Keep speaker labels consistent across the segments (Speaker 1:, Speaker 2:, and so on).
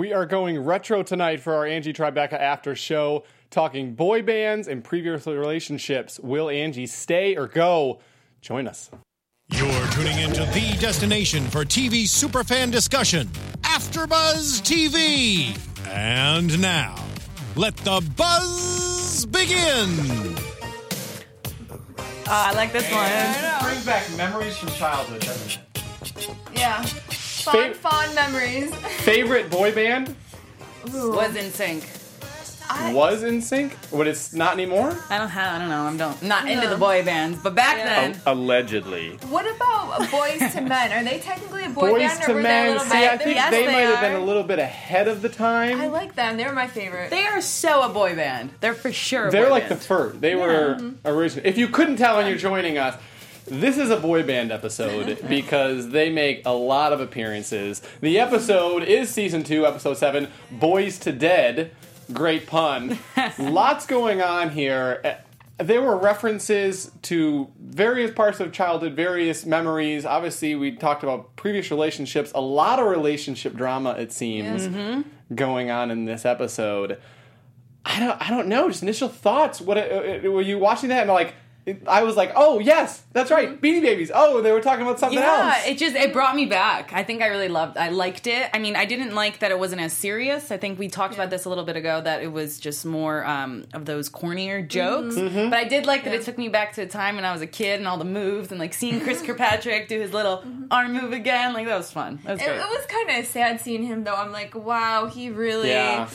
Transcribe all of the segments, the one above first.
Speaker 1: We are going retro tonight for our Angie Tribeca after show, talking boy bands and previous relationships. Will Angie stay or go? Join us.
Speaker 2: You're tuning into the destination for TV superfan discussion, AfterBuzz TV. And now, let the buzz begin.
Speaker 3: Oh, I like this one.
Speaker 4: brings back memories from childhood, doesn't it?
Speaker 5: Yeah. Fond,
Speaker 1: Fav-
Speaker 5: fond memories.
Speaker 1: Favorite boy band
Speaker 3: Was in sync.
Speaker 1: was In Sync, but it's not anymore.
Speaker 3: I don't have. I don't know. I'm don't not into the boy bands, but back
Speaker 1: Oh.
Speaker 3: then.
Speaker 6: Allegedly.
Speaker 5: What about boys to men? Are they technically a boy
Speaker 1: Boys
Speaker 5: band or
Speaker 1: to
Speaker 5: were they a
Speaker 1: Men.
Speaker 5: little
Speaker 1: See,
Speaker 5: bit?
Speaker 1: I think
Speaker 3: Yes,
Speaker 1: they,
Speaker 3: they
Speaker 1: might have
Speaker 3: are.
Speaker 1: been a little bit ahead of the
Speaker 5: I
Speaker 1: time.
Speaker 5: like them. They were my favorite.
Speaker 3: They are so a boy band. They're for sure. a
Speaker 1: They're
Speaker 3: boy
Speaker 1: like the
Speaker 3: band.
Speaker 1: first. They were originally. If you couldn't tell when you're joining us, this is a boy band episode because they make a lot of appearances. The episode is season two, episode seven, "Boys to Dead." Great pun. Lots going on here. Uh, There were references to various parts of childhood, various memories. Obviously, we talked about previous relationships. A lot of relationship drama, it seems, going on in this episode. I don't, I don't know. Just initial thoughts. What uh, uh, were you watching that and like? it- I was like, oh yes, that's right,
Speaker 5: Mm-hmm.
Speaker 1: Beanie Babies. Oh, they were talking about something
Speaker 3: Yeah,
Speaker 1: else.
Speaker 3: it just it brought me back. I think I really loved. I liked it. I mean, I didn't like that it wasn't as serious. I think we talked about this a little bit ago that it was just more um, of those cornier jokes.
Speaker 1: Mm-hmm.
Speaker 3: But I did like that it took me back to a time when I was a kid and all the moves and like seeing Chris Kirkpatrick do his little arm move again. Like that was fun. That Mm-hmm. was
Speaker 5: It,
Speaker 3: great.
Speaker 5: it was kind of sad seeing him though. I'm like, wow, he really.
Speaker 1: yeah,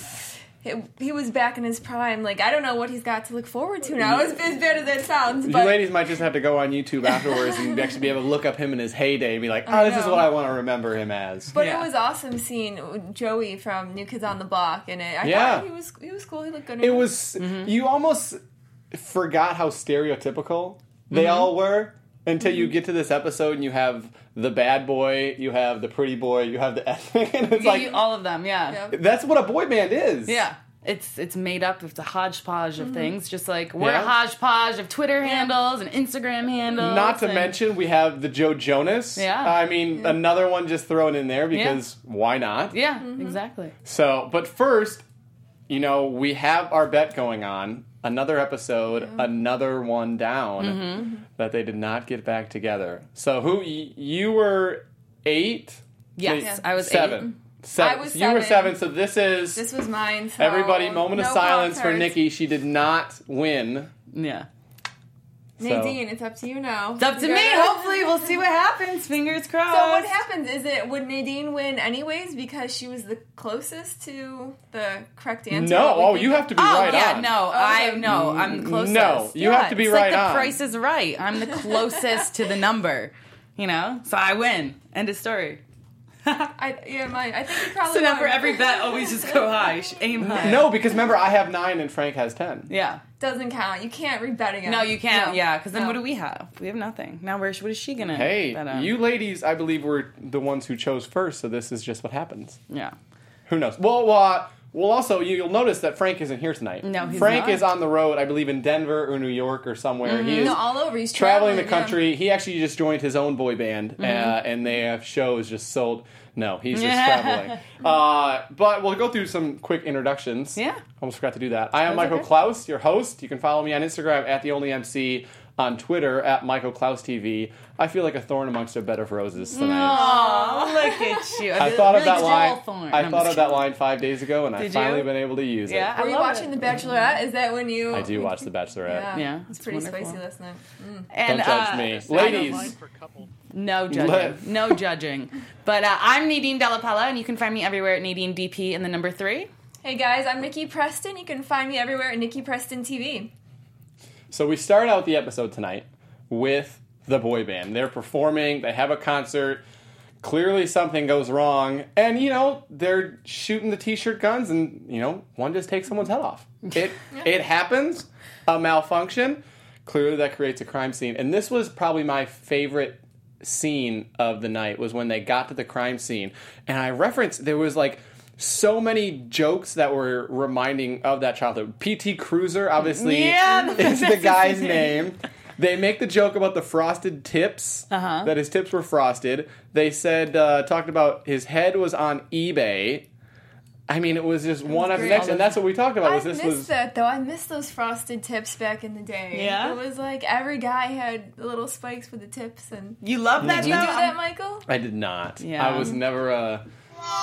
Speaker 5: He, he was back in his prime. Like I don't know what he's got to look forward to now. As, as bad as that sounds,
Speaker 1: you
Speaker 5: but
Speaker 1: ladies might just have to go on YouTube afterwards and actually be able to look up him in his heyday and be like, oh, this is
Speaker 5: know.
Speaker 1: what I want to remember him as.
Speaker 5: but
Speaker 3: Yeah.
Speaker 5: it was awesome seeing Joey from New Kids on the Block in it. I
Speaker 1: Yeah.
Speaker 5: thought he was he was cool. He looked good. in
Speaker 1: it was
Speaker 5: Mm-hmm.
Speaker 1: you almost forgot how stereotypical they
Speaker 5: Mm-hmm.
Speaker 1: all were until you get to this episode and you have the bad boy, you have the pretty boy, you have the ethnic, and it's like
Speaker 3: all of them.
Speaker 5: Yeah.
Speaker 1: that's what a boy band is.
Speaker 3: Yeah. It's it's made up of the hodgepodge of things, just like we're
Speaker 1: Mm-hmm. Yeah.
Speaker 3: a hodgepodge of Twitter handles and Instagram
Speaker 5: Oh,
Speaker 3: handles.
Speaker 1: Not to
Speaker 3: and-
Speaker 1: mention, we have the Joe Jonas.
Speaker 3: Yeah.
Speaker 1: I mean, another one just thrown in there because why not?
Speaker 3: Yeah, exactly.
Speaker 1: So, but first, you know, we have our bet going on. Another episode, another one down
Speaker 3: Mm-hmm.
Speaker 1: that they did not get back together. So, who, y- you were eight?
Speaker 3: Yes,
Speaker 1: Wait,
Speaker 3: I was eight.
Speaker 1: seven. Seven.
Speaker 5: I was
Speaker 1: you were seven,
Speaker 5: seven.
Speaker 1: so this is.
Speaker 5: This was mine. so
Speaker 1: Everybody, moment of
Speaker 5: no
Speaker 1: silence for
Speaker 5: concerts.
Speaker 1: Nikki. She did not win.
Speaker 3: Yeah.
Speaker 1: so-
Speaker 5: Nadine, it's up to you now.
Speaker 3: It's up to me. Hopefully, we'll see what happens. Fingers crossed.
Speaker 5: So what happens is it would Nadine win anyways because she was the closest to the correct answer?
Speaker 1: No,
Speaker 5: What we
Speaker 1: oh,
Speaker 5: think
Speaker 1: you
Speaker 5: of-
Speaker 1: have to be
Speaker 3: Oh
Speaker 1: right
Speaker 3: yeah,
Speaker 1: on.
Speaker 3: no, I
Speaker 5: Okay.
Speaker 3: no, I'm the closest.
Speaker 1: "Mm, no, you
Speaker 3: Yeah,
Speaker 1: have to be
Speaker 3: it's
Speaker 1: right
Speaker 3: Like the
Speaker 1: on.
Speaker 3: Price is Right. I'm the closest to the number. You know, so I win. End of story.
Speaker 5: I, yeah, mine. I think you probably.
Speaker 3: So now
Speaker 5: won.
Speaker 3: for every bet, oh, always just go high, aim high.
Speaker 1: No, because remember, I have nine and Frank has ten.
Speaker 3: Yeah.
Speaker 5: doesn't count. You can't rebet again.
Speaker 3: No, you can't. Yeah, because then
Speaker 5: No.
Speaker 3: what do we have? We have nothing. Now, where's what is she gonna?
Speaker 1: Hey,
Speaker 3: bet on?
Speaker 1: you ladies, I believe were the ones who chose first, so this is just what happens.
Speaker 3: Yeah.
Speaker 1: Who knows? Well, uh, well. Also, you, you'll notice that Frank isn't here tonight.
Speaker 3: No, he's
Speaker 1: Frank
Speaker 3: not. Mm-hmm.
Speaker 1: is on the road. I believe in Denver or New York or somewhere. He is
Speaker 5: No, all over. He's
Speaker 1: traveling
Speaker 5: traveling,
Speaker 1: the
Speaker 5: yeah.
Speaker 1: country. He actually just joined his own boy band,
Speaker 3: Mm-hmm.
Speaker 1: uh, and they have shows just sold. No, he's just
Speaker 3: Yeah.
Speaker 1: traveling. Uh, but we'll go through some quick introductions.
Speaker 3: Yeah.
Speaker 1: almost forgot to do that. I am
Speaker 3: That's
Speaker 1: Michael
Speaker 3: okay.
Speaker 1: Klaus, your host. You can follow me on Instagram at the only MC. On Twitter at Michael Klaus TV. I feel like a thorn amongst a bed of roses tonight.
Speaker 3: Oh, look at you!
Speaker 1: I thought of
Speaker 3: Really
Speaker 1: that line.
Speaker 3: Hawthorne.
Speaker 1: I
Speaker 3: I'm
Speaker 1: thought
Speaker 3: just
Speaker 1: of that line five days ago, and I've
Speaker 3: Did
Speaker 1: finally
Speaker 3: you?
Speaker 1: been able to use
Speaker 3: Yeah,
Speaker 1: it.
Speaker 3: I
Speaker 5: Were you
Speaker 3: love
Speaker 5: watching
Speaker 3: it.
Speaker 5: The Bachelorette? Is that when you?
Speaker 1: I do watch The Bachelorette.
Speaker 5: Yeah,
Speaker 3: Yeah,
Speaker 5: it's
Speaker 3: it's
Speaker 5: pretty
Speaker 3: wonderful.
Speaker 5: spicy last night.
Speaker 3: And,
Speaker 1: Don't judge
Speaker 3: uh,
Speaker 1: me,
Speaker 3: I don't
Speaker 1: ladies.
Speaker 3: like- No judging.
Speaker 1: Let-
Speaker 3: No judging. But uh, I'm Nadine Dellapella, and you can find me everywhere at Nadine DP and the number three.
Speaker 5: Hey guys, I'm Nikki Preston. You can find me everywhere at Nikki Preston TV.
Speaker 1: So we start out the episode tonight with the boy band. They're performing. They have a concert. Clearly, something goes wrong, and you know they're shooting the t-shirt guns, and you know one just takes someone's head off. It it happens. A malfunction. Clearly, that creates a crime scene, and this was probably my favorite scene of the night was when they got to the crime scene and i referenced there was like so many jokes that were reminding of that childhood pt cruiser obviously
Speaker 3: Yeah,
Speaker 1: is the guy's name they make the joke about the frosted tips uh-huh. that his tips were frosted they said uh, talked about his head was on ebay I mean, it was just one after the
Speaker 5: great.
Speaker 1: next, and that's what we talked about.
Speaker 5: I
Speaker 1: Was
Speaker 5: missed
Speaker 1: Oh, this was
Speaker 5: that though. I missed those frosted tips back in the day.
Speaker 3: Yeah?
Speaker 5: it was like every guy had little spikes with the tips. And
Speaker 3: You love that
Speaker 5: did you
Speaker 3: though?
Speaker 5: do that, Michael?
Speaker 1: I did not.
Speaker 3: Yeah.
Speaker 1: I was never a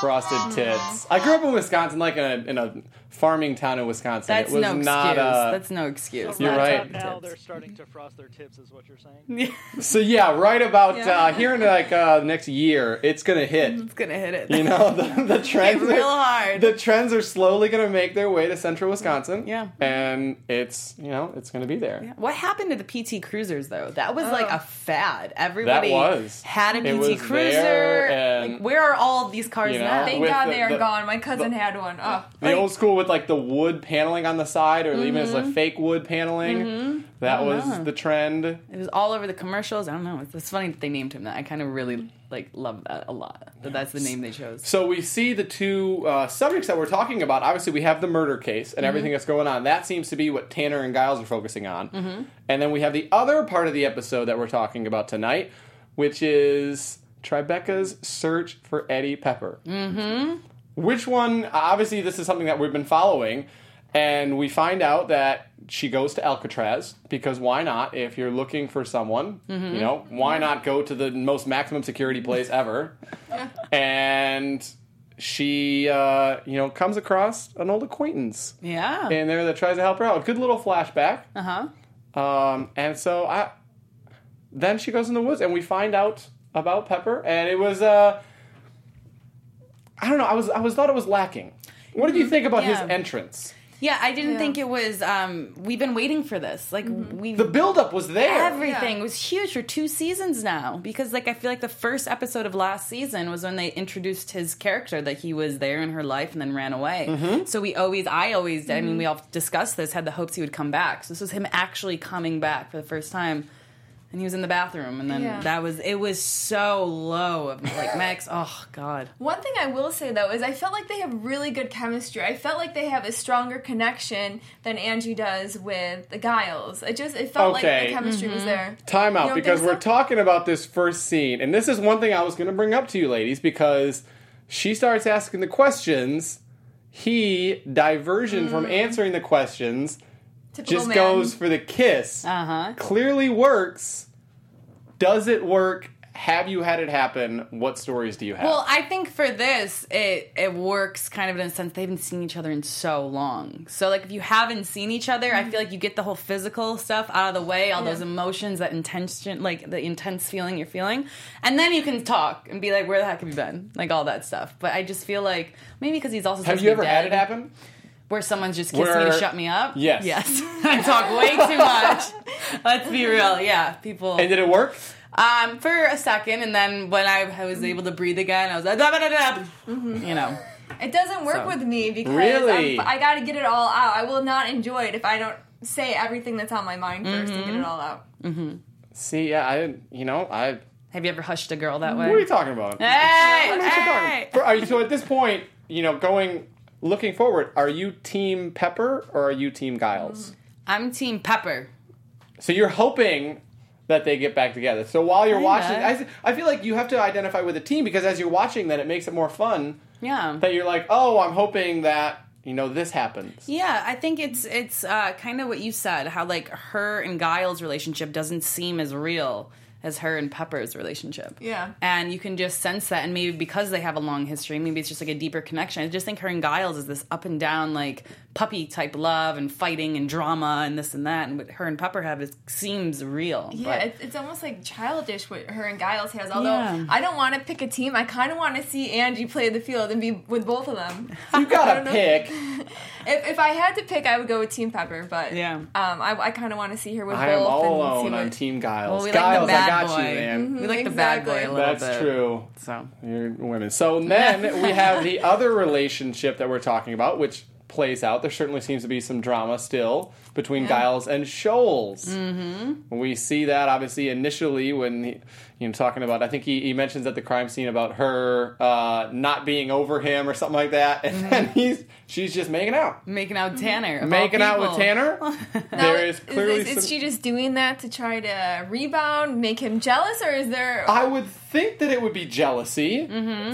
Speaker 1: frosted tips. I grew up in Wisconsin, like in a, in a farming town in Wisconsin.
Speaker 3: That's
Speaker 1: it was
Speaker 3: no excuse.
Speaker 1: not uh, a.
Speaker 3: That's no excuse.
Speaker 1: You're
Speaker 6: Right
Speaker 1: right.
Speaker 6: about Now they're starting to frost their tips, is what you're saying.
Speaker 1: So yeah, right about
Speaker 5: Yeah.
Speaker 1: uh, here in like uh, next year, it's gonna hit.
Speaker 3: It's gonna hit it.
Speaker 1: You know, the, the trends
Speaker 3: Mm-hmm. real
Speaker 1: are,
Speaker 3: hard.
Speaker 1: The trends are slowly going to make their way to central Wisconsin.
Speaker 3: Yeah.
Speaker 1: and it's you know it's going to be there.
Speaker 3: What happened to the PT Cruisers though? That was like
Speaker 5: Oh.
Speaker 3: a fad. Everybody
Speaker 1: was.
Speaker 3: had a
Speaker 1: It was
Speaker 3: PT Cruiser.
Speaker 1: there and-
Speaker 3: Like, where are all of these cars
Speaker 1: You know,
Speaker 3: now?
Speaker 1: they-
Speaker 5: Thank
Speaker 1: With
Speaker 5: God
Speaker 1: the-
Speaker 5: they are
Speaker 1: the-
Speaker 5: gone. My cousin had one. Oh,
Speaker 1: The old school with like the wood paneling on the side, or even it's
Speaker 3: Mm-hmm.
Speaker 1: like fake wood paneling. That was the trend.
Speaker 3: it was all over the commercials. I don't know. It's, it's funny that they named him that. I kind of really like love that a lot. That that's the name they chose.
Speaker 1: So we see the two uh, subjects that we're talking about. Obviously, we have the murder case and everything that's going on. That seems to be what Tanner and Giles are focusing on. And then we have the other part of the episode that we're talking about tonight, which is Tribeca's search for Eddie Pepper. Mm-hmm. Which one? Obviously, this is something that we've been following, and we find out that she goes to Alcatraz because why not? If you're looking for someone, you know, why not go to the most maximum security place ever? and she uh, you know comes across an old acquaintance
Speaker 3: Yeah.
Speaker 1: in there that tries to help her out. Good little flashback.
Speaker 3: uh huh.
Speaker 1: Um, and so I then she goes in the woods and we find out about Pepper and it was uh, I don't know. I was I was thought it was lacking. What did you think about his
Speaker 3: Mm, Yeah.
Speaker 1: entrance?
Speaker 3: Yeah, I didn't
Speaker 5: Yeah.
Speaker 3: think it was. Um, we've been waiting for this. Like we
Speaker 1: The buildup was there.
Speaker 3: Everything
Speaker 5: Yeah.
Speaker 3: was huge for two seasons now because, like, I feel like the first episode of last season was when they introduced his character that he was there in her life and then ran away. So we always, I always, I
Speaker 5: Mm-hmm.
Speaker 3: mean, we all discussed this, had the hopes he would come back. So this was him actually coming back for the first time. And he was in the bathroom, and then
Speaker 5: Yeah.
Speaker 3: that was it. Was so low of like Max. Oh God,
Speaker 5: One thing I will say though is I felt like they have really good chemistry. I felt like they have a stronger connection than Angie does with the Giles. It just it felt like
Speaker 1: Okay. Mm-hmm.
Speaker 5: the chemistry was there.
Speaker 1: Time
Speaker 5: You
Speaker 1: out
Speaker 5: don't
Speaker 1: because
Speaker 5: think
Speaker 1: we're
Speaker 5: so?
Speaker 1: talking about this first scene, and this is one thing I was going to bring up to you, ladies, because she starts asking the questions. He diversion from answering the questions,
Speaker 5: Typical
Speaker 1: just
Speaker 5: Mm. man. Uh-huh.
Speaker 1: goes for the kiss.
Speaker 3: uh huh.
Speaker 1: Clearly works. Does it work? Have you had it happen? What stories do you have?
Speaker 3: Well, I think for this, it it works kind of in a sense. They haven't seen each other in so long. So, like, if you haven't seen each other, I feel like you get the whole physical stuff out of the way, all those emotions, that intention, like the intense feeling you're feeling, and then you can talk and be like, "Where the heck have you been?" Like all that stuff. But I just feel like maybe because he's also
Speaker 1: have
Speaker 3: supposed
Speaker 1: you
Speaker 3: to be
Speaker 1: ever had
Speaker 3: dead,
Speaker 1: it happen?
Speaker 3: where someone's just kissed me
Speaker 1: Where-
Speaker 3: to shut me up?
Speaker 1: Yes.
Speaker 3: yes. I talk way too much. Let's be real. Yeah, people.
Speaker 1: And did it work?
Speaker 3: Um, for a second, and then when I was able to breathe again, I was like, "Da, da, da, da." you know,
Speaker 5: It doesn't work
Speaker 3: So-
Speaker 5: with me because
Speaker 1: Really?
Speaker 5: I'm, I got to get it all out. I will not enjoy it if I don't say everything that's on my mind 1st and
Speaker 1: Mm-hmm.
Speaker 5: get it all out.
Speaker 1: See, yeah, I didn't. You know, I.
Speaker 3: have you ever hushed a girl that way?
Speaker 1: What are you talking about?
Speaker 3: Hey,
Speaker 1: What you talking-
Speaker 3: hey.
Speaker 1: For- are you- so at this point, you know, going looking forward, are you team Pepper or are you team Giles?
Speaker 3: I'm Team Pepper.
Speaker 1: So you're hoping that they get back together. So while you're
Speaker 3: Kinda.
Speaker 1: watching, I, s- I feel like you have to identify with a team because as you're watching, then it makes it more fun
Speaker 3: Yeah,
Speaker 1: that you're like, oh, I'm hoping that you know this happens.
Speaker 3: yeah. I think it's it's uh, kind of what you said. How like her and Giles' relationship doesn't seem as real as her and Pepper's relationship.
Speaker 5: Yeah.
Speaker 3: and you can just sense that. And maybe because they have a long history, maybe it's just like a deeper connection. I just think her and Giles is this up and down like puppy type love and fighting and drama and this and that. And what her and Pepper have it seems real.
Speaker 5: Yeah,
Speaker 3: but-
Speaker 5: it's, it's almost like childish what her and Giles has. Although
Speaker 3: Yeah.
Speaker 5: I don't want to pick a team. I kind of want to see Angie play the field and be with both of them.
Speaker 1: You gotta pick.
Speaker 5: If, if I had to pick, I would go with Team Pepper. But
Speaker 3: Yeah.
Speaker 5: um, I, I kind of want to see her with
Speaker 1: I
Speaker 5: both.
Speaker 1: am all
Speaker 5: and
Speaker 1: alone
Speaker 5: See
Speaker 1: on
Speaker 5: what,
Speaker 1: Team Giles.
Speaker 3: Well, we like the
Speaker 1: Giles, I
Speaker 3: bad
Speaker 1: got
Speaker 3: boy. Mm-hmm.
Speaker 1: you, man.
Speaker 3: we like the bad boy a
Speaker 5: Mm-hmm, Exactly.
Speaker 3: little
Speaker 1: That's
Speaker 3: bit.
Speaker 1: true.
Speaker 3: So
Speaker 1: You're women. So then we have the other relationship that we're talking about, which plays out. There certainly seems to be some drama still between Giles and Shoals. Mm-hmm. We see that obviously initially when he, you know talking about. I think he, he mentions at the crime scene about her uh, not being over him or something like that, and then he's she's just making out,
Speaker 3: making out with Tanner, of all
Speaker 1: making out with
Speaker 3: people.
Speaker 1: Tanner.
Speaker 5: Now,
Speaker 1: there is clearly
Speaker 5: is,
Speaker 1: some.
Speaker 5: she just doing that to try to rebound, make
Speaker 1: Oh,
Speaker 5: him jealous, or is there?
Speaker 1: I would think that it would be jealousy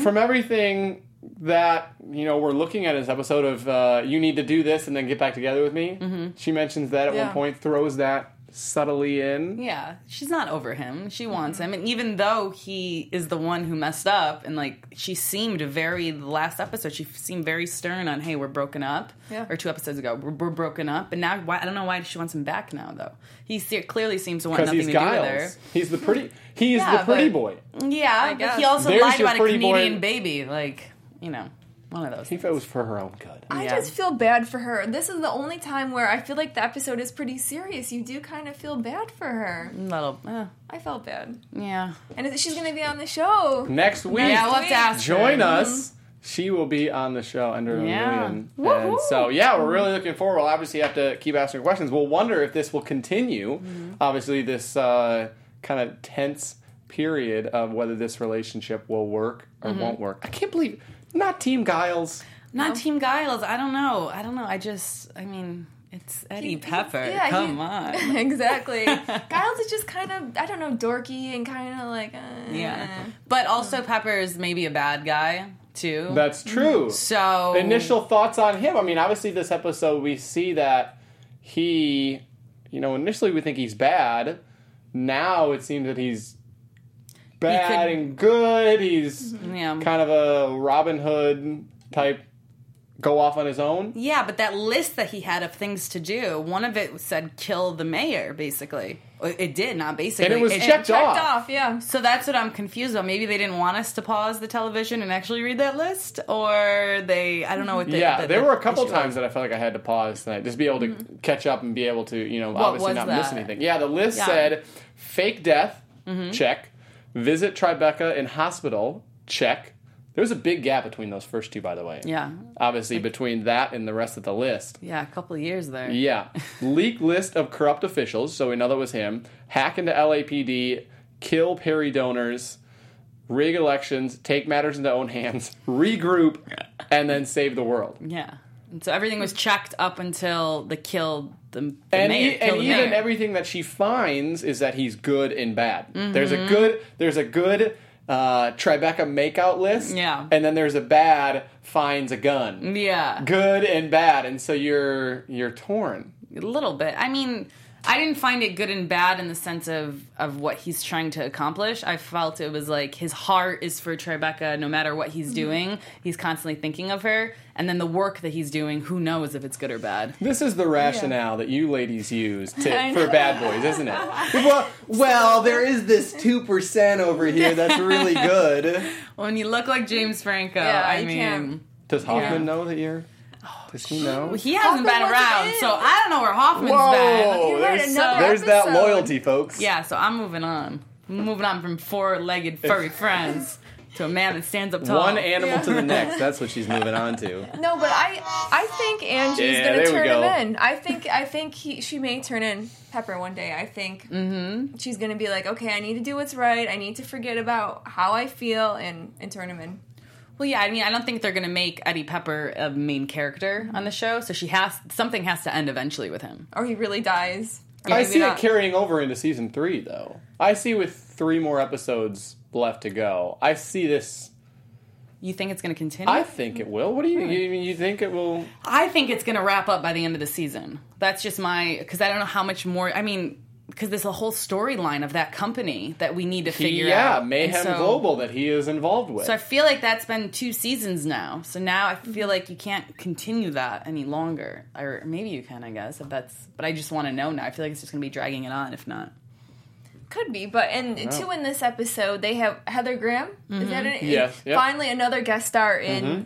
Speaker 1: from everything that you know we're looking at in this episode of uh, you need to do this and then get back together with me. She mentions that at
Speaker 5: Yeah.
Speaker 1: one point, throws that subtly in.
Speaker 3: Yeah, she's not over him. She wants
Speaker 1: Mm-hmm.
Speaker 3: him, and even though he is the one who messed up, and like she seemed very the last episode, she seemed very stern on, "Hey, we're broken up,"
Speaker 5: Yeah.
Speaker 3: or two episodes ago, we're, we're broken up, and now why, I don't know why she wants him back now though. He se- clearly seems to want
Speaker 1: Because
Speaker 3: nothing
Speaker 1: he's
Speaker 3: to do
Speaker 1: Giles.
Speaker 3: with
Speaker 1: He's the pretty. He's
Speaker 5: Yeah,
Speaker 1: the pretty
Speaker 5: but-
Speaker 1: boy.
Speaker 3: her. Yeah, but
Speaker 5: guess.
Speaker 3: he also
Speaker 1: There's
Speaker 3: lied
Speaker 1: your
Speaker 3: about a
Speaker 1: pretty boy.
Speaker 3: Canadian baby, like you know, one of those.
Speaker 1: He goes for her own good.
Speaker 5: I
Speaker 3: Yeah.
Speaker 5: just feel bad for her. This is the only time where I feel like the episode is pretty serious. You do kind of feel bad for her.
Speaker 1: Mm.
Speaker 3: little, uh,
Speaker 5: I felt bad.
Speaker 3: yeah,
Speaker 5: And is- she's going to be on the show.
Speaker 1: Next week,
Speaker 3: yeah. We'll have to ask. her.
Speaker 1: join us. She will be on the show under
Speaker 3: Yeah.
Speaker 1: a million. And so, yeah, we're really looking forward. We'll obviously have to keep asking questions. We'll wonder if this will continue.
Speaker 3: Mm-hmm.
Speaker 1: Obviously, this uh, kind of tense period of whether this relationship will work or
Speaker 3: Mm-hmm.
Speaker 1: won't work. I can't believe not Team Giles.
Speaker 3: Not Team Giles. I don't know. I don't know. I just, I mean, it's Eddie Pepper.
Speaker 5: yeah, he-
Speaker 3: Come on.
Speaker 5: exactly. Giles is just kind of, I don't know, dorky and kind of like, uh,
Speaker 3: Yeah. But also, Pepper is maybe a bad guy, too.
Speaker 1: That's true.
Speaker 3: so.
Speaker 1: initial thoughts on him. I mean, obviously, this episode we see that he, you know, initially we think he's bad. Now it seems that he's bad
Speaker 3: could-
Speaker 1: and good. He's
Speaker 3: Yeah.
Speaker 1: kind of a Robin Hood type, go off on his own.
Speaker 3: yeah, but that list that he had of things to do, one of it said kill the mayor, basically. It did, not basically.
Speaker 1: And it was checked,
Speaker 5: checked
Speaker 1: off.
Speaker 5: off. Yeah.
Speaker 3: So that's what I'm confused about. Maybe they didn't want us to pause the television and actually read that list, or they, I don't know what they.
Speaker 1: yeah,
Speaker 3: the-
Speaker 1: there
Speaker 3: the
Speaker 1: were a couple
Speaker 3: issue was.
Speaker 1: times that I felt like I had to pause tonight, just be able to catch up and be able to, you know, obviously
Speaker 3: was
Speaker 1: not miss
Speaker 3: that?
Speaker 1: anything. Yeah, the list
Speaker 3: Yeah. Mm-hmm.
Speaker 1: said fake death, check. Visit Tribeca in hospital, check. There was a big gap between those first two, by the way.
Speaker 3: Yeah.
Speaker 1: Obviously, between that and the rest of the list.
Speaker 3: Yeah, a couple of years there.
Speaker 1: Yeah. Leak list of corrupt officials, so we know that was him. Hack into LAPD, kill Perry donors, rig elections, take matters into own hands, regroup, and then save the world.
Speaker 3: Yeah. And so everything was checked up until the kill the, the
Speaker 1: and,
Speaker 3: mayor.
Speaker 1: e-
Speaker 3: kill
Speaker 1: and
Speaker 3: the
Speaker 1: even
Speaker 3: mayor.
Speaker 1: everything that she finds is that he's good and bad.
Speaker 3: Mm-hmm.
Speaker 1: There's a good there's a good uh, Tribeca makeout list,
Speaker 3: Yeah. Mm.
Speaker 1: and then there's a bad finds a gun.
Speaker 3: yeah,
Speaker 1: Good and bad, and so you're you're torn.
Speaker 3: a little bit. I mean, I didn't find it good and bad in the sense of of what he's trying to accomplish. I felt it was like his heart is for Tribeca. No matter what
Speaker 5: Mm-hmm.
Speaker 3: he's doing, he's constantly thinking of her. And then the work that he's doing, who knows if it's good or bad?
Speaker 1: This is the rationale that you ladies use to,
Speaker 5: I
Speaker 1: for
Speaker 5: know.
Speaker 1: bad boys, isn't it? Well, well, there is this two percent over here that's really good.
Speaker 3: When you look like James Franco,
Speaker 5: Yeah,
Speaker 3: I
Speaker 5: you
Speaker 3: mean,
Speaker 5: can't-
Speaker 1: Does Hoffman know that you're? Does he know?
Speaker 3: Oh, he hasn't
Speaker 5: Hoffman
Speaker 3: been
Speaker 5: wasn't
Speaker 3: around,
Speaker 5: in.
Speaker 3: so I don't know where Hoffman's been.
Speaker 5: You're right,
Speaker 1: there's,
Speaker 5: another
Speaker 1: there's that
Speaker 5: episode.
Speaker 1: loyalty, folks.
Speaker 3: Yeah, so I'm moving on. I'm moving on from four-legged furry friends to a man that stands up tall.
Speaker 1: One animal
Speaker 5: Yeah.
Speaker 1: to the next. That's what she's moving on to.
Speaker 5: No, but I I think Angie's
Speaker 1: Yeah,
Speaker 5: gonna
Speaker 1: there we
Speaker 5: turn
Speaker 1: go.
Speaker 5: him in. I think I think he she may turn in Pepper one day. I think
Speaker 3: Mm-hmm.
Speaker 5: she's gonna be like, okay, I need to do what's right. I need to forget about how I feel and and turn him in.
Speaker 3: Well, yeah, I mean, I don't think they're going to make Eddie Pepper a main character on the show, so she has something has to end eventually with him.
Speaker 5: Or he really dies. Or
Speaker 1: I
Speaker 5: maybe
Speaker 1: see
Speaker 5: not.
Speaker 1: it carrying over into season three, though. I see with three more episodes left to go. I see this.
Speaker 3: You think it's going to continue?
Speaker 1: I think it will. What do you you, you think it will?
Speaker 3: I think it's going to wrap up by the end of the season. That's just my because I don't know how much more. I mean, because there's a whole storyline of that company that we need to figure
Speaker 1: yeah,
Speaker 3: out. And
Speaker 1: Mayhem
Speaker 3: so-
Speaker 1: Global that he is involved with.
Speaker 3: So I feel like that's been two seasons now. So now I feel like you can't continue that any longer, or maybe you can, I guess. If that's, but I just want to know now. I feel like it's just going to be dragging it on. If not,
Speaker 5: Could be, but and two in this episode they have Heather Graham. Is that
Speaker 3: Mm-hmm.
Speaker 5: it?
Speaker 1: Yes, yep. Mm-hmm.
Speaker 5: Finally, another guest star in. uh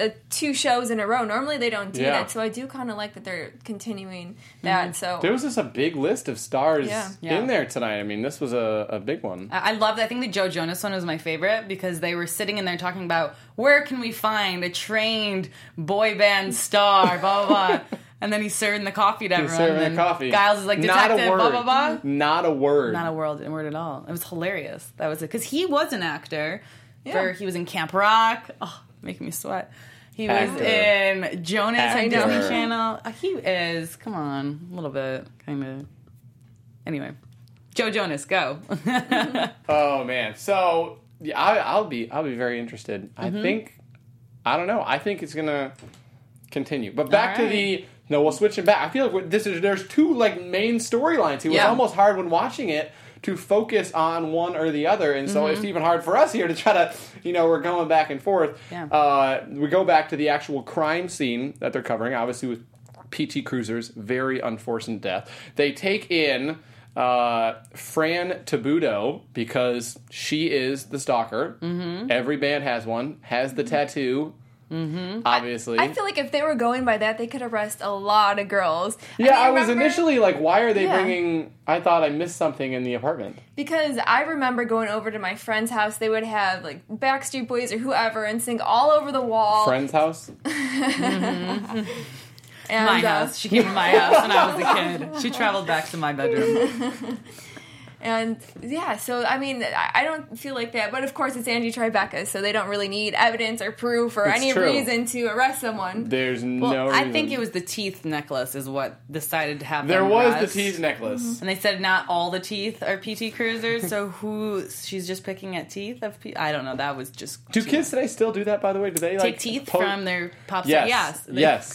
Speaker 5: uh two shows in a row. Normally they don't do
Speaker 1: Yeah. Mm-hmm.
Speaker 5: that, so I do kind of like that they're continuing that. So
Speaker 1: there was just a big list of stars
Speaker 5: Yeah.
Speaker 3: Yeah.
Speaker 1: in there tonight. I mean, this was a, a big one.
Speaker 3: I I love. I think the Joe Jonas one was my favorite because they were sitting in there talking about where can we find a trained boy band star, blah blah. blah. And then he's serving the coffee to everyone.
Speaker 1: Serving
Speaker 3: and
Speaker 1: the coffee.
Speaker 3: Giles is like
Speaker 1: Not a
Speaker 3: detective,
Speaker 1: word.
Speaker 3: blah blah blah.
Speaker 1: Not a word.
Speaker 3: Not a world word at all. It was hilarious. That was it because he was an actor.
Speaker 5: Yeah.
Speaker 3: For he was in Camp Rock. Oh, making me sweat. He was
Speaker 1: Actor.
Speaker 3: in Jonas on
Speaker 1: Actor.
Speaker 3: Disney Channel. Uh, He is. Come on, a little bit, kind of. Anyway, Joe Jonas, go.
Speaker 1: Oh man, so yeah, I, I'll be I'll be very interested. I think I don't know. I think it's gonna continue. But back to
Speaker 3: Alright.
Speaker 1: the no, we'll switch it back. I feel like we're- this is there's two like main storylines here. It's
Speaker 3: Yeah.
Speaker 1: almost hard when watching it to focus on one or the other, and so
Speaker 5: Mm-hmm.
Speaker 1: it's even hard for us here to try to you know we're going back and forth.
Speaker 3: Yeah.
Speaker 1: Uh, we go back to the actual crime scene that they're covering, obviously with PT Cruiser's very unfortunate death. They take in. Uh, Fran Tabudo because she is the stalker. Mm-hmm. Every band has one. Has the tattoo. Mm-hmm. Obviously,
Speaker 5: I feel like if they were going by that, they could arrest a lot of girls. And
Speaker 1: Yeah, I, was
Speaker 5: remember-
Speaker 1: initially like, why are they
Speaker 5: Yeah.
Speaker 1: bringing? I thought I missed something in the apartment.
Speaker 5: because I remember going over to my friend's house. They would have like Backstreet Boys or whoever and sing all over the wall.
Speaker 1: Friend's house?
Speaker 5: and,
Speaker 3: my
Speaker 5: uh,
Speaker 3: house. She came to my house when I was a kid. She traveled back to my bedroom.
Speaker 5: And yeah, so I mean, I I don't feel like that, but of course it's Andy Tribeca, so they don't really need evidence or proof or
Speaker 1: It's
Speaker 5: any
Speaker 1: true.
Speaker 5: reason to arrest someone.
Speaker 1: There's
Speaker 3: Well,
Speaker 1: no.
Speaker 3: I
Speaker 1: reason.
Speaker 3: think it was the teeth necklace is what decided to happen.
Speaker 1: There was
Speaker 3: Russ. Mm-hmm.
Speaker 1: the tease necklace.
Speaker 3: And they said not all the teeth are PT Cruisers, so who she's just picking at teeth of P- I don't know. That was just
Speaker 1: Do kids today still do that? By the way, do they
Speaker 3: take
Speaker 1: like
Speaker 3: teeth
Speaker 1: poke-
Speaker 3: from their pop
Speaker 1: Yes,
Speaker 3: star. Yes,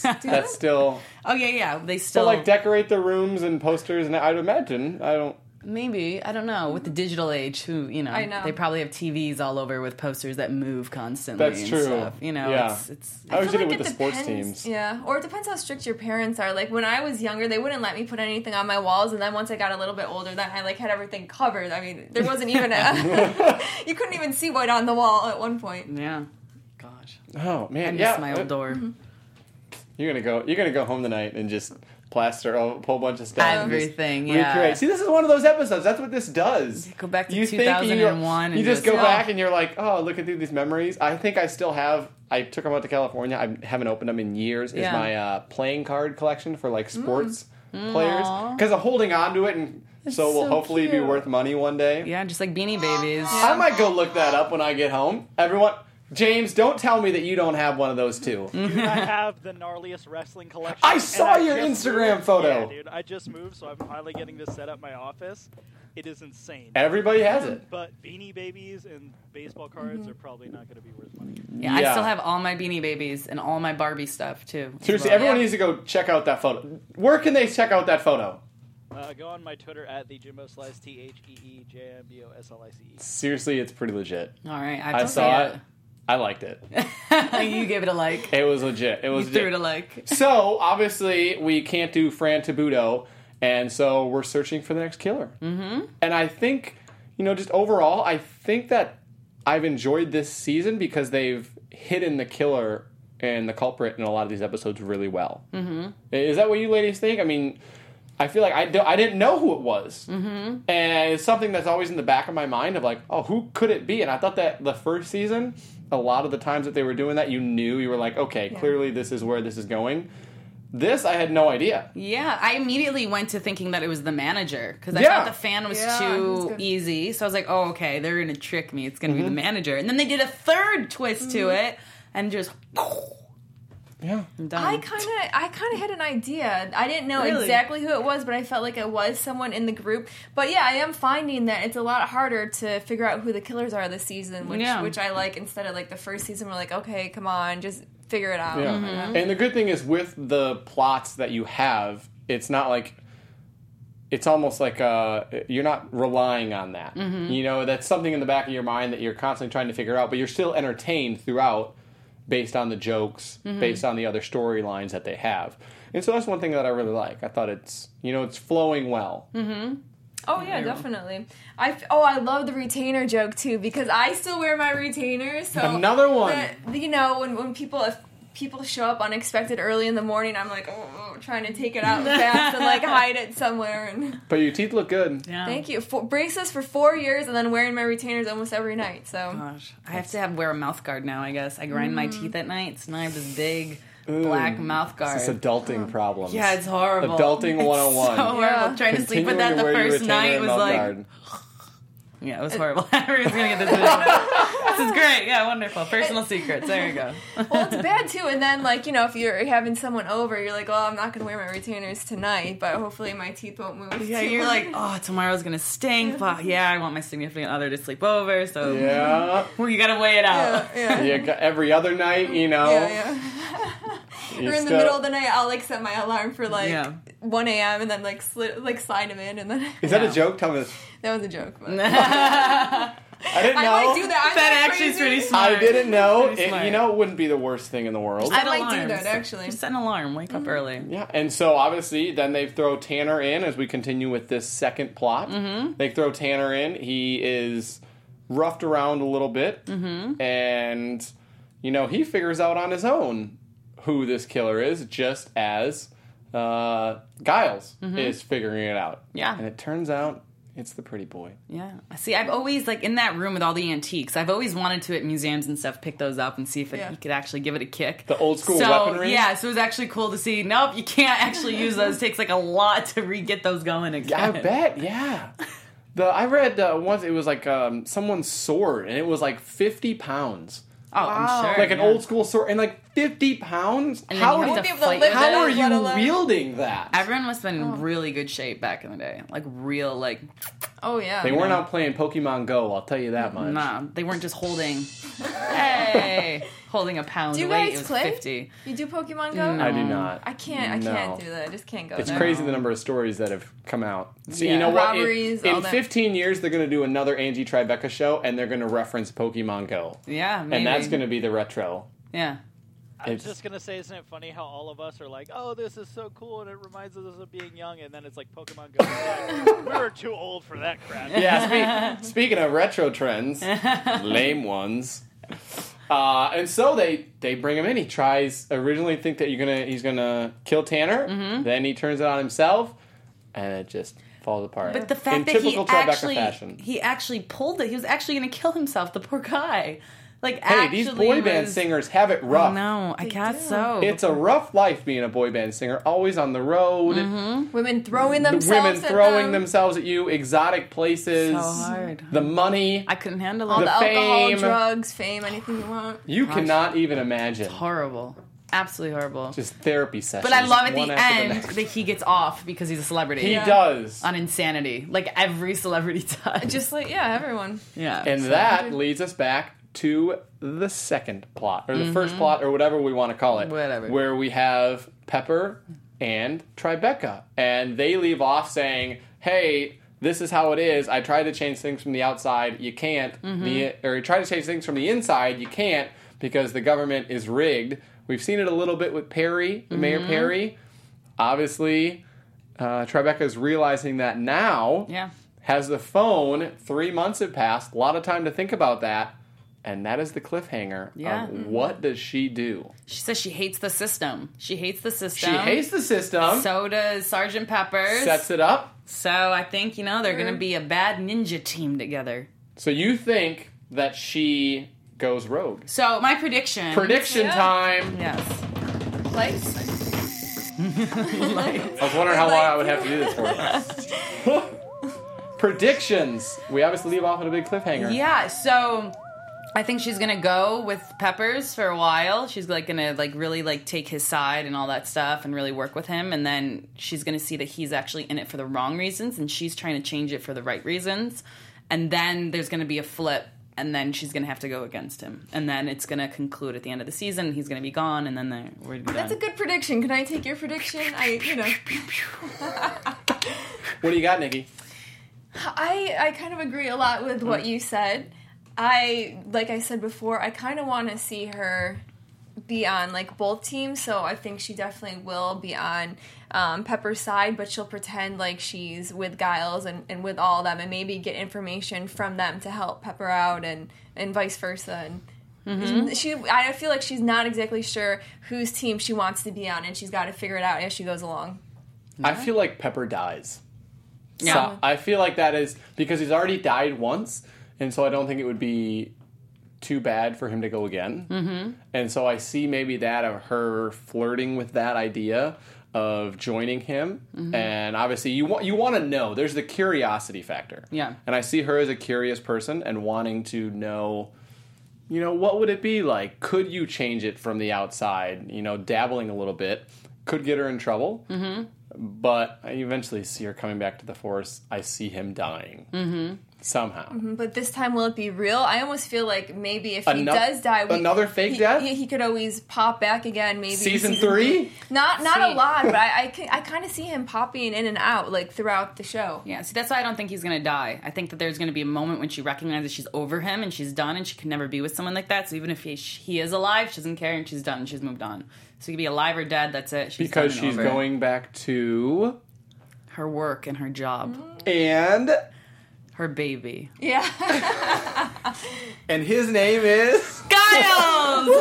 Speaker 3: They-
Speaker 1: yes. that's still
Speaker 3: oh yeah, yeah. They
Speaker 1: so
Speaker 3: still
Speaker 1: like decorate their rooms and posters, and I'd imagine I don't.
Speaker 3: maybe I don't know with the digital age. Who you know,
Speaker 5: I know.
Speaker 3: they probably have TVs all over with posters that move constantly.
Speaker 1: That's
Speaker 3: and
Speaker 1: true.
Speaker 3: Stuff. You know,
Speaker 1: Yeah.
Speaker 3: it's, it's
Speaker 1: I always
Speaker 5: feel
Speaker 1: did it
Speaker 5: like
Speaker 1: with the sports
Speaker 5: depends-
Speaker 1: teams.
Speaker 5: Yeah, or it depends how strict your parents are. Like when I was younger, they wouldn't let me put anything on my walls, and then once I got a little bit older, then I like had everything covered. I mean, there wasn't even a you couldn't even see what on the wall at one point.
Speaker 3: yeah. Gosh,
Speaker 1: Oh man,
Speaker 3: I miss
Speaker 1: yeah.
Speaker 3: my old door.
Speaker 1: You're gonna go. You're gonna go home tonight and just plaster a whole bunch of stuff. and just
Speaker 3: Everything, yeah.
Speaker 1: recreate. See, this is one of those episodes. That's what this does.
Speaker 3: Go back to
Speaker 1: think
Speaker 3: 2001
Speaker 1: You,
Speaker 3: and
Speaker 1: you just go
Speaker 3: just-
Speaker 1: back and you're like, oh, looking through these memories. I think I still have. I took them out to California. I haven't opened them in years. Is
Speaker 3: Yeah.
Speaker 1: my uh, playing card collection for like sports players
Speaker 3: Mm. Aw.
Speaker 1: because I'm holding on to it, and so it will
Speaker 3: so
Speaker 1: hopefully be
Speaker 3: cute.
Speaker 1: worth money one day.
Speaker 3: Yeah, just like Beanie Babies.
Speaker 1: I might go look that up when I get home. Everyone, James, don't tell me that you don't have one of those too.
Speaker 3: Mm.
Speaker 6: I have the gnarliest wrestling collection.
Speaker 1: I
Speaker 6: and
Speaker 1: saw your
Speaker 6: just
Speaker 1: Instagram
Speaker 6: moved.
Speaker 1: photo.
Speaker 6: Yeah, dude, I just moved, so I'm finally getting this set up in my office. It is insane.
Speaker 1: Everybody has it.
Speaker 6: But beanie babies and baseball cards
Speaker 1: Mm-hmm.
Speaker 6: are probably not going to be worth money.
Speaker 3: Yeah,
Speaker 1: Yeah.
Speaker 3: I still have all my Beanie Babies and all my Barbie stuff too. as
Speaker 1: Seriously,
Speaker 3: well.
Speaker 1: everyone
Speaker 5: Yeah.
Speaker 1: needs to go check out that photo. Where can they check out that photo?
Speaker 6: Uh, go on my Twitter at the Jimbo Slice T H E E J M B O S L I C E.
Speaker 1: Seriously, it's pretty legit.
Speaker 3: All right,
Speaker 1: I
Speaker 3: I,
Speaker 1: saw it. I liked it.
Speaker 3: you gave it a like.
Speaker 1: It was legit. It
Speaker 3: You
Speaker 1: was
Speaker 3: threw
Speaker 1: legit.
Speaker 3: it a like.
Speaker 1: so obviously we can't do Fran Tabudo, and so we're searching for the next killer. Mm-hmm. And I think, you know, just overall, I think that I've enjoyed this season because they've hidden the killer and the culprit in a lot of these episodes really well. Mm-hmm. Is that what you ladies think? I mean, I feel like I don't, I didn't know who it was, mm-hmm. and it's something that's always in the back of my mind of like, oh, who could it be? And I thought that the first season. A lot of the times that they were doing that, you knew you were like, okay, clearly this is where this is going. This I had no idea.
Speaker 3: Yeah, I immediately went to thinking that it was the manager because I
Speaker 1: Yeah.
Speaker 3: thought the fan was
Speaker 5: Yeah, that's
Speaker 3: too
Speaker 5: good.
Speaker 3: easy. So I was like, oh, okay, they're gonna trick me. It's gonna be the manager. And then they did a third twist to it and just
Speaker 1: Yeah,
Speaker 3: done.
Speaker 1: Um,
Speaker 5: I kind of, I kind of had an idea. I didn't know
Speaker 3: Really?
Speaker 5: exactly who it was, but I felt like it was someone in the group. But yeah, I am finding that it's a lot harder to figure out who the killers are this season, which
Speaker 3: Yeah.
Speaker 5: which I like instead of like the first season. We're like, okay, come on, just figure it out.
Speaker 1: yeah.
Speaker 3: Mm-hmm.
Speaker 1: And the good thing is with the plots that you have, it's not like it's almost like uh, you're not relying on that.
Speaker 3: Mm-hmm.
Speaker 1: You know, that's something in the back of your mind that you're constantly trying to figure out, but you're still entertained throughout based on the jokes,
Speaker 3: Mm-hmm.
Speaker 1: based on the other storylines that they have. And so that's one thing that I really like. I thought it's you know it's flowing well.
Speaker 3: Mm-hmm.
Speaker 5: Oh yeah, definitely. I f- oh I love the retainer joke too because I still wear my retainer. So
Speaker 1: Another one.
Speaker 5: the- you know when when people if people show up unexpected early in the morning, I'm like oh, oh, trying to take it out fast and like hide it somewhere. And
Speaker 1: But your teeth look good.
Speaker 3: yeah.
Speaker 5: thank you for braces for four years and then wearing my retainers almost every night. So
Speaker 3: Gosh, I have to have wear a mouth guard now. I guess I grind my teeth at night, so now I have this big black mouth guard.
Speaker 1: It's adulting problems.
Speaker 3: yeah, it's horrible.
Speaker 1: Adulting
Speaker 3: It's
Speaker 1: 101.
Speaker 3: So horrible.
Speaker 5: Yeah.
Speaker 3: Trying to sleep with that
Speaker 1: Continuing to
Speaker 3: the
Speaker 1: wear your
Speaker 3: first
Speaker 1: retainer
Speaker 3: night
Speaker 1: and
Speaker 3: was
Speaker 1: mouth
Speaker 3: like,
Speaker 1: guard.
Speaker 3: yeah, it was horrible. Everyone's gonna get this. video. this is great. Yeah, wonderful. Personal secrets. There you go.
Speaker 5: well, it's bad too. And then, like, you know, if you're having someone over, you're like, oh, I'm not going to wear my retainers tonight, but hopefully my teeth won't move.
Speaker 3: Yeah,
Speaker 5: too
Speaker 3: you're
Speaker 5: much."
Speaker 3: like, oh, tomorrow's gonna stink. But yeah, I want my significant other to sleep over, so
Speaker 1: Yeah.
Speaker 3: well, you gotta weigh it out.
Speaker 5: yeah, yeah.
Speaker 1: Yeah, g- every other night, you know.
Speaker 5: Yeah, yeah.
Speaker 1: you
Speaker 5: or in the
Speaker 1: still-
Speaker 5: middle of the night, I'll like set my alarm for like
Speaker 3: Yeah.
Speaker 5: 1 a.m. and then like sli- like slide him in, and then
Speaker 1: Is that
Speaker 3: Yeah.
Speaker 1: a joke? Tell me this.
Speaker 5: that was a joke. But
Speaker 1: I didn't
Speaker 5: I
Speaker 1: know.
Speaker 5: might do that. I'm
Speaker 3: that
Speaker 5: not
Speaker 3: actually is
Speaker 5: crazy.
Speaker 3: pretty smart.
Speaker 1: I didn't know.
Speaker 3: Pretty
Speaker 1: It-
Speaker 3: smart.
Speaker 1: you know, it wouldn't be the worst thing in the world.
Speaker 5: I
Speaker 3: Set
Speaker 5: might do
Speaker 3: alarms.
Speaker 5: that actually. Mm-hmm.
Speaker 3: Just set an alarm. Wake up early.
Speaker 1: Yeah, and so obviously, then they throw Tanner in as we continue with this second plot.
Speaker 5: Mm-hmm.
Speaker 1: They throw Tanner in. He is roughed around a little bit,
Speaker 5: Mm-hmm.
Speaker 1: and you know he figures out on his own who this killer is, just as uh, Giles
Speaker 5: Mm-hmm.
Speaker 1: is figuring it out.
Speaker 3: Yeah.
Speaker 1: and it turns out it's the pretty boy.
Speaker 3: Yeah. See, I've always like in that room with all the antiques. I've always wanted to at museums and stuff pick those up and see if it,
Speaker 5: Yeah.
Speaker 3: you could actually give it a kick.
Speaker 1: The old school
Speaker 3: so,
Speaker 1: weaponry?
Speaker 3: Yeah. So it was actually cool to see. Nope, you can't actually use those. It takes like a lot to re get those going again.
Speaker 1: I bet, yeah. The I read uh, once it was like um, someone's sword, and it was like fifty pounds.
Speaker 3: Oh, I'm
Speaker 5: Wow.
Speaker 3: sure.
Speaker 1: like an
Speaker 3: yeah.
Speaker 1: old school sword and like 50 pounds
Speaker 3: And then
Speaker 1: how
Speaker 3: you
Speaker 1: are you,
Speaker 3: have
Speaker 5: to
Speaker 3: to
Speaker 5: be able to
Speaker 3: fight
Speaker 5: lift
Speaker 1: how
Speaker 5: it.
Speaker 3: that.
Speaker 1: are
Speaker 5: let
Speaker 1: you
Speaker 5: alone-
Speaker 1: wielding that
Speaker 3: Everyone must have been in really good shape back in the day. Like real, like
Speaker 5: Oh yeah.
Speaker 1: they weren't out playing pokemon go i'll tell you that much
Speaker 3: nah. They weren't just holding. hey, holding a pound
Speaker 5: Do you
Speaker 3: weight.
Speaker 5: guys
Speaker 3: it was
Speaker 5: play?
Speaker 3: fifty.
Speaker 5: You do Pokemon Go?
Speaker 1: i do not
Speaker 5: I can't. I
Speaker 1: No.
Speaker 5: can't do that. I just can't go.
Speaker 1: it's
Speaker 5: there.
Speaker 1: crazy the number of stories that have come out. So
Speaker 3: Yeah.
Speaker 1: you know what?
Speaker 5: Robberies,
Speaker 1: in
Speaker 5: all
Speaker 1: in
Speaker 5: that.
Speaker 1: 15 years, they're going to do another Angie Tribeca show, and they're going to reference Pokemon Go,
Speaker 3: Yeah, maybe.
Speaker 1: and that's going to be the retro.
Speaker 3: yeah.
Speaker 6: I was
Speaker 1: It's-
Speaker 6: just gonna say, isn't it funny how all of us are like, "Oh, this is so cool," and it reminds us of being young, and then it's like Pokemon Go. Like, we were too old for that crap.
Speaker 1: Yeah. Spe- speaking of retro trends, lame ones. Uh, and so they they bring him in. He tries originally think that you're gonna he's gonna kill Tanner.
Speaker 3: Mm-hmm.
Speaker 1: Then he turns it on himself, and it just falls apart.
Speaker 3: But the fact
Speaker 1: in
Speaker 3: that he
Speaker 1: typical Tribeca
Speaker 3: actually
Speaker 1: fashion.
Speaker 3: he actually pulled it. He was actually going to kill himself. The poor guy. Like
Speaker 1: Hey,
Speaker 3: actually
Speaker 1: these boy band
Speaker 3: was-
Speaker 1: singers have it rough.
Speaker 3: No, I guess
Speaker 5: do.
Speaker 3: so.
Speaker 1: It's a rough life being a boy band singer. Always on the road.
Speaker 3: Mm-hmm.
Speaker 5: Women throwing
Speaker 1: The
Speaker 5: themselves.
Speaker 1: women
Speaker 5: at
Speaker 1: throwing
Speaker 5: them.
Speaker 1: themselves at you. Exotic places.
Speaker 3: so hard.
Speaker 1: The money.
Speaker 3: I couldn't handle
Speaker 5: All
Speaker 3: it.
Speaker 5: the, alcohol,
Speaker 1: fame.
Speaker 5: drugs, fame, anything you want.
Speaker 1: you cannot even imagine.
Speaker 3: horrible. Absolutely horrible.
Speaker 1: Just therapy sessions.
Speaker 3: but I love at
Speaker 1: one
Speaker 3: the
Speaker 1: after the
Speaker 3: end
Speaker 1: next.
Speaker 3: that he gets off because he's a celebrity.
Speaker 1: He does.
Speaker 3: On insanity, like every celebrity does.
Speaker 5: Just like yeah, everyone.
Speaker 3: yeah.
Speaker 1: And that leads us back to the second plot, or the first plot, or whatever we want to call it.
Speaker 3: Mm-hmm. Whatever.
Speaker 1: Where we have Pepper and Tribeca. And they leave off saying, hey, this is how it is. I tried to change things from the outside. You can't.
Speaker 3: Mm-hmm.
Speaker 1: The, or you try to change things from the inside. You can't because the government is rigged. We've seen it a little bit with Perry,
Speaker 3: Mm-hmm.
Speaker 1: Mayor Perry. Obviously, uh, Tribeca is realizing that now
Speaker 3: yeah.
Speaker 1: has the phone. Three months have passed. A lot of time to think about that. And that is the cliffhanger.
Speaker 3: Yeah.
Speaker 1: Of what does she do?
Speaker 3: She says she hates the system. She hates the
Speaker 1: She
Speaker 3: system.
Speaker 1: hates the system.
Speaker 3: So does Sergeant Pepper's.
Speaker 1: sets it up.
Speaker 3: So I think you know they're going to be a bad ninja team together.
Speaker 1: So you think that she goes rogue?
Speaker 3: So my prediction.
Speaker 1: Prediction
Speaker 5: Yeah.
Speaker 1: time.
Speaker 3: Yes.
Speaker 5: Lights.
Speaker 1: I was wondering how long I would have to do this for. Predictions. We obviously leave off on a big cliffhanger.
Speaker 3: Yeah. So I think she's gonna go with Peppers for a while. She's like gonna like really like take his side and all that stuff and really work with him. And then she's gonna see that he's actually in it for the wrong reasons and she's trying to change it for the right reasons. And then there's gonna be a flip. And then she's gonna have to go against him, and then it's gonna conclude at the end of the season. He's gonna be gone, and then they're- we're done.
Speaker 5: That's a good prediction. Can I take your prediction? I, you know,
Speaker 1: What do you got, Nikki?
Speaker 5: I, I kind of agree a lot with what you said. I, like I said before, I kind of want to see her be on like both teams. So I think she definitely will be on um, Pepper's side, but she'll pretend like she's with Giles and, and with all of them, and maybe get information from them to help Pepper out, and and vice versa. And she, I feel like she's not exactly sure whose team she wants to be on, and she's got to figure it out as she goes along.
Speaker 1: I feel like Pepper dies.
Speaker 3: yeah.
Speaker 1: So I feel like that is because he's already died once, and so I don't think it would be too bad for him to go again. Mm-hmm. And so I see maybe that of her flirting with that idea of joining him, and obviously you want you want to know. There's the curiosity factor.
Speaker 3: Yeah.
Speaker 1: and I see her as a curious person and wanting to know you know, what would it be like? Could you change it from the outside? You know, dabbling a little bit could get her in trouble. Mm-hmm. But I eventually see her coming back to the force. I see him dying mm-hmm. somehow.
Speaker 5: But this time, will it be real? I almost feel like maybe if he
Speaker 1: Ano-
Speaker 5: does die,
Speaker 1: another fake
Speaker 5: he,
Speaker 1: death?
Speaker 5: He, he could always pop back again. Maybe
Speaker 1: Season three.
Speaker 5: Not not
Speaker 3: See.
Speaker 5: a lot, but I I, can- I kind of see him popping in and out like throughout the show.
Speaker 3: Yeah, see, that's why I don't think he's gonna die. I think that there's gonna be a moment when she recognizes she's over him and she's done, and she can never be with someone like that. So even if he, he is alive, she doesn't care, and she's done, and she's moved on. So he could be alive or dead. That's it. She's
Speaker 1: because
Speaker 3: done and
Speaker 1: she's
Speaker 3: over.
Speaker 1: going back to
Speaker 3: her work and her job,
Speaker 1: and
Speaker 3: her baby.
Speaker 5: Yeah,
Speaker 1: and his name is
Speaker 3: Giles.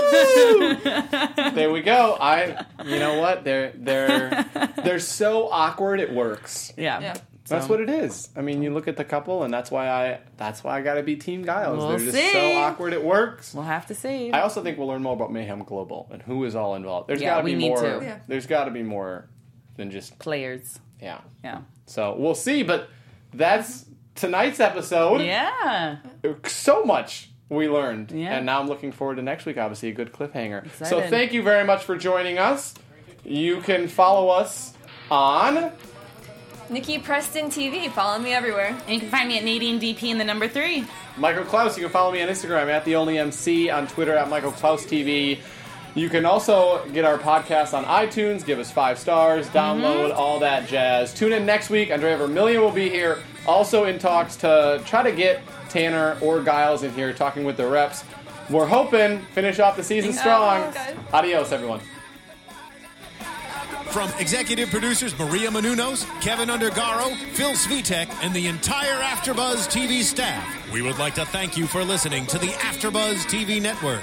Speaker 1: there we go i you know what they're they're they're so awkward it works
Speaker 3: yeah.
Speaker 5: yeah.
Speaker 1: that's what it is i mean you look at the couple and that's why i that's why i gotta be team giles
Speaker 3: We'll
Speaker 1: they're just so
Speaker 3: see.
Speaker 1: awkward it works
Speaker 3: We'll have to see.
Speaker 1: i also think we'll learn more about mayhem global and who is all involved There's
Speaker 3: Yeah,
Speaker 1: gotta
Speaker 3: we
Speaker 1: be
Speaker 3: need
Speaker 1: more
Speaker 3: to.
Speaker 5: Yeah.
Speaker 1: there's gotta be more than just
Speaker 3: Players.
Speaker 1: yeah
Speaker 3: Yeah.
Speaker 1: so we'll see but that's tonight's episode
Speaker 3: Yeah.
Speaker 1: so much we learned.
Speaker 3: Yeah.
Speaker 1: And now I'm looking forward to next week, obviously, a good cliffhanger. So
Speaker 3: Excited.
Speaker 1: thank you very much for joining us. You can follow us on.
Speaker 5: Nikki Preston TV. Follow me everywhere.
Speaker 3: And you can find me at Nadine DP in the number three.
Speaker 1: Michael Klaus. You can follow me on Instagram at the only MC on Twitter at Michael Klaus TV. You can also get our podcast on iTunes. Give us five stars, download all that jazz. Tune in next week. Andrea Vermillion will be here, also in talks to try to get Tanner or Giles in here talking with the reps. We're hoping finish off the season strong.
Speaker 5: okay.
Speaker 1: Adios, everyone.
Speaker 2: From executive producers Maria Manunos, Kevin Undergaro, Phil Svitek, and the entire AfterBuzz TV staff, we would like to thank you for listening to the AfterBuzz TV network.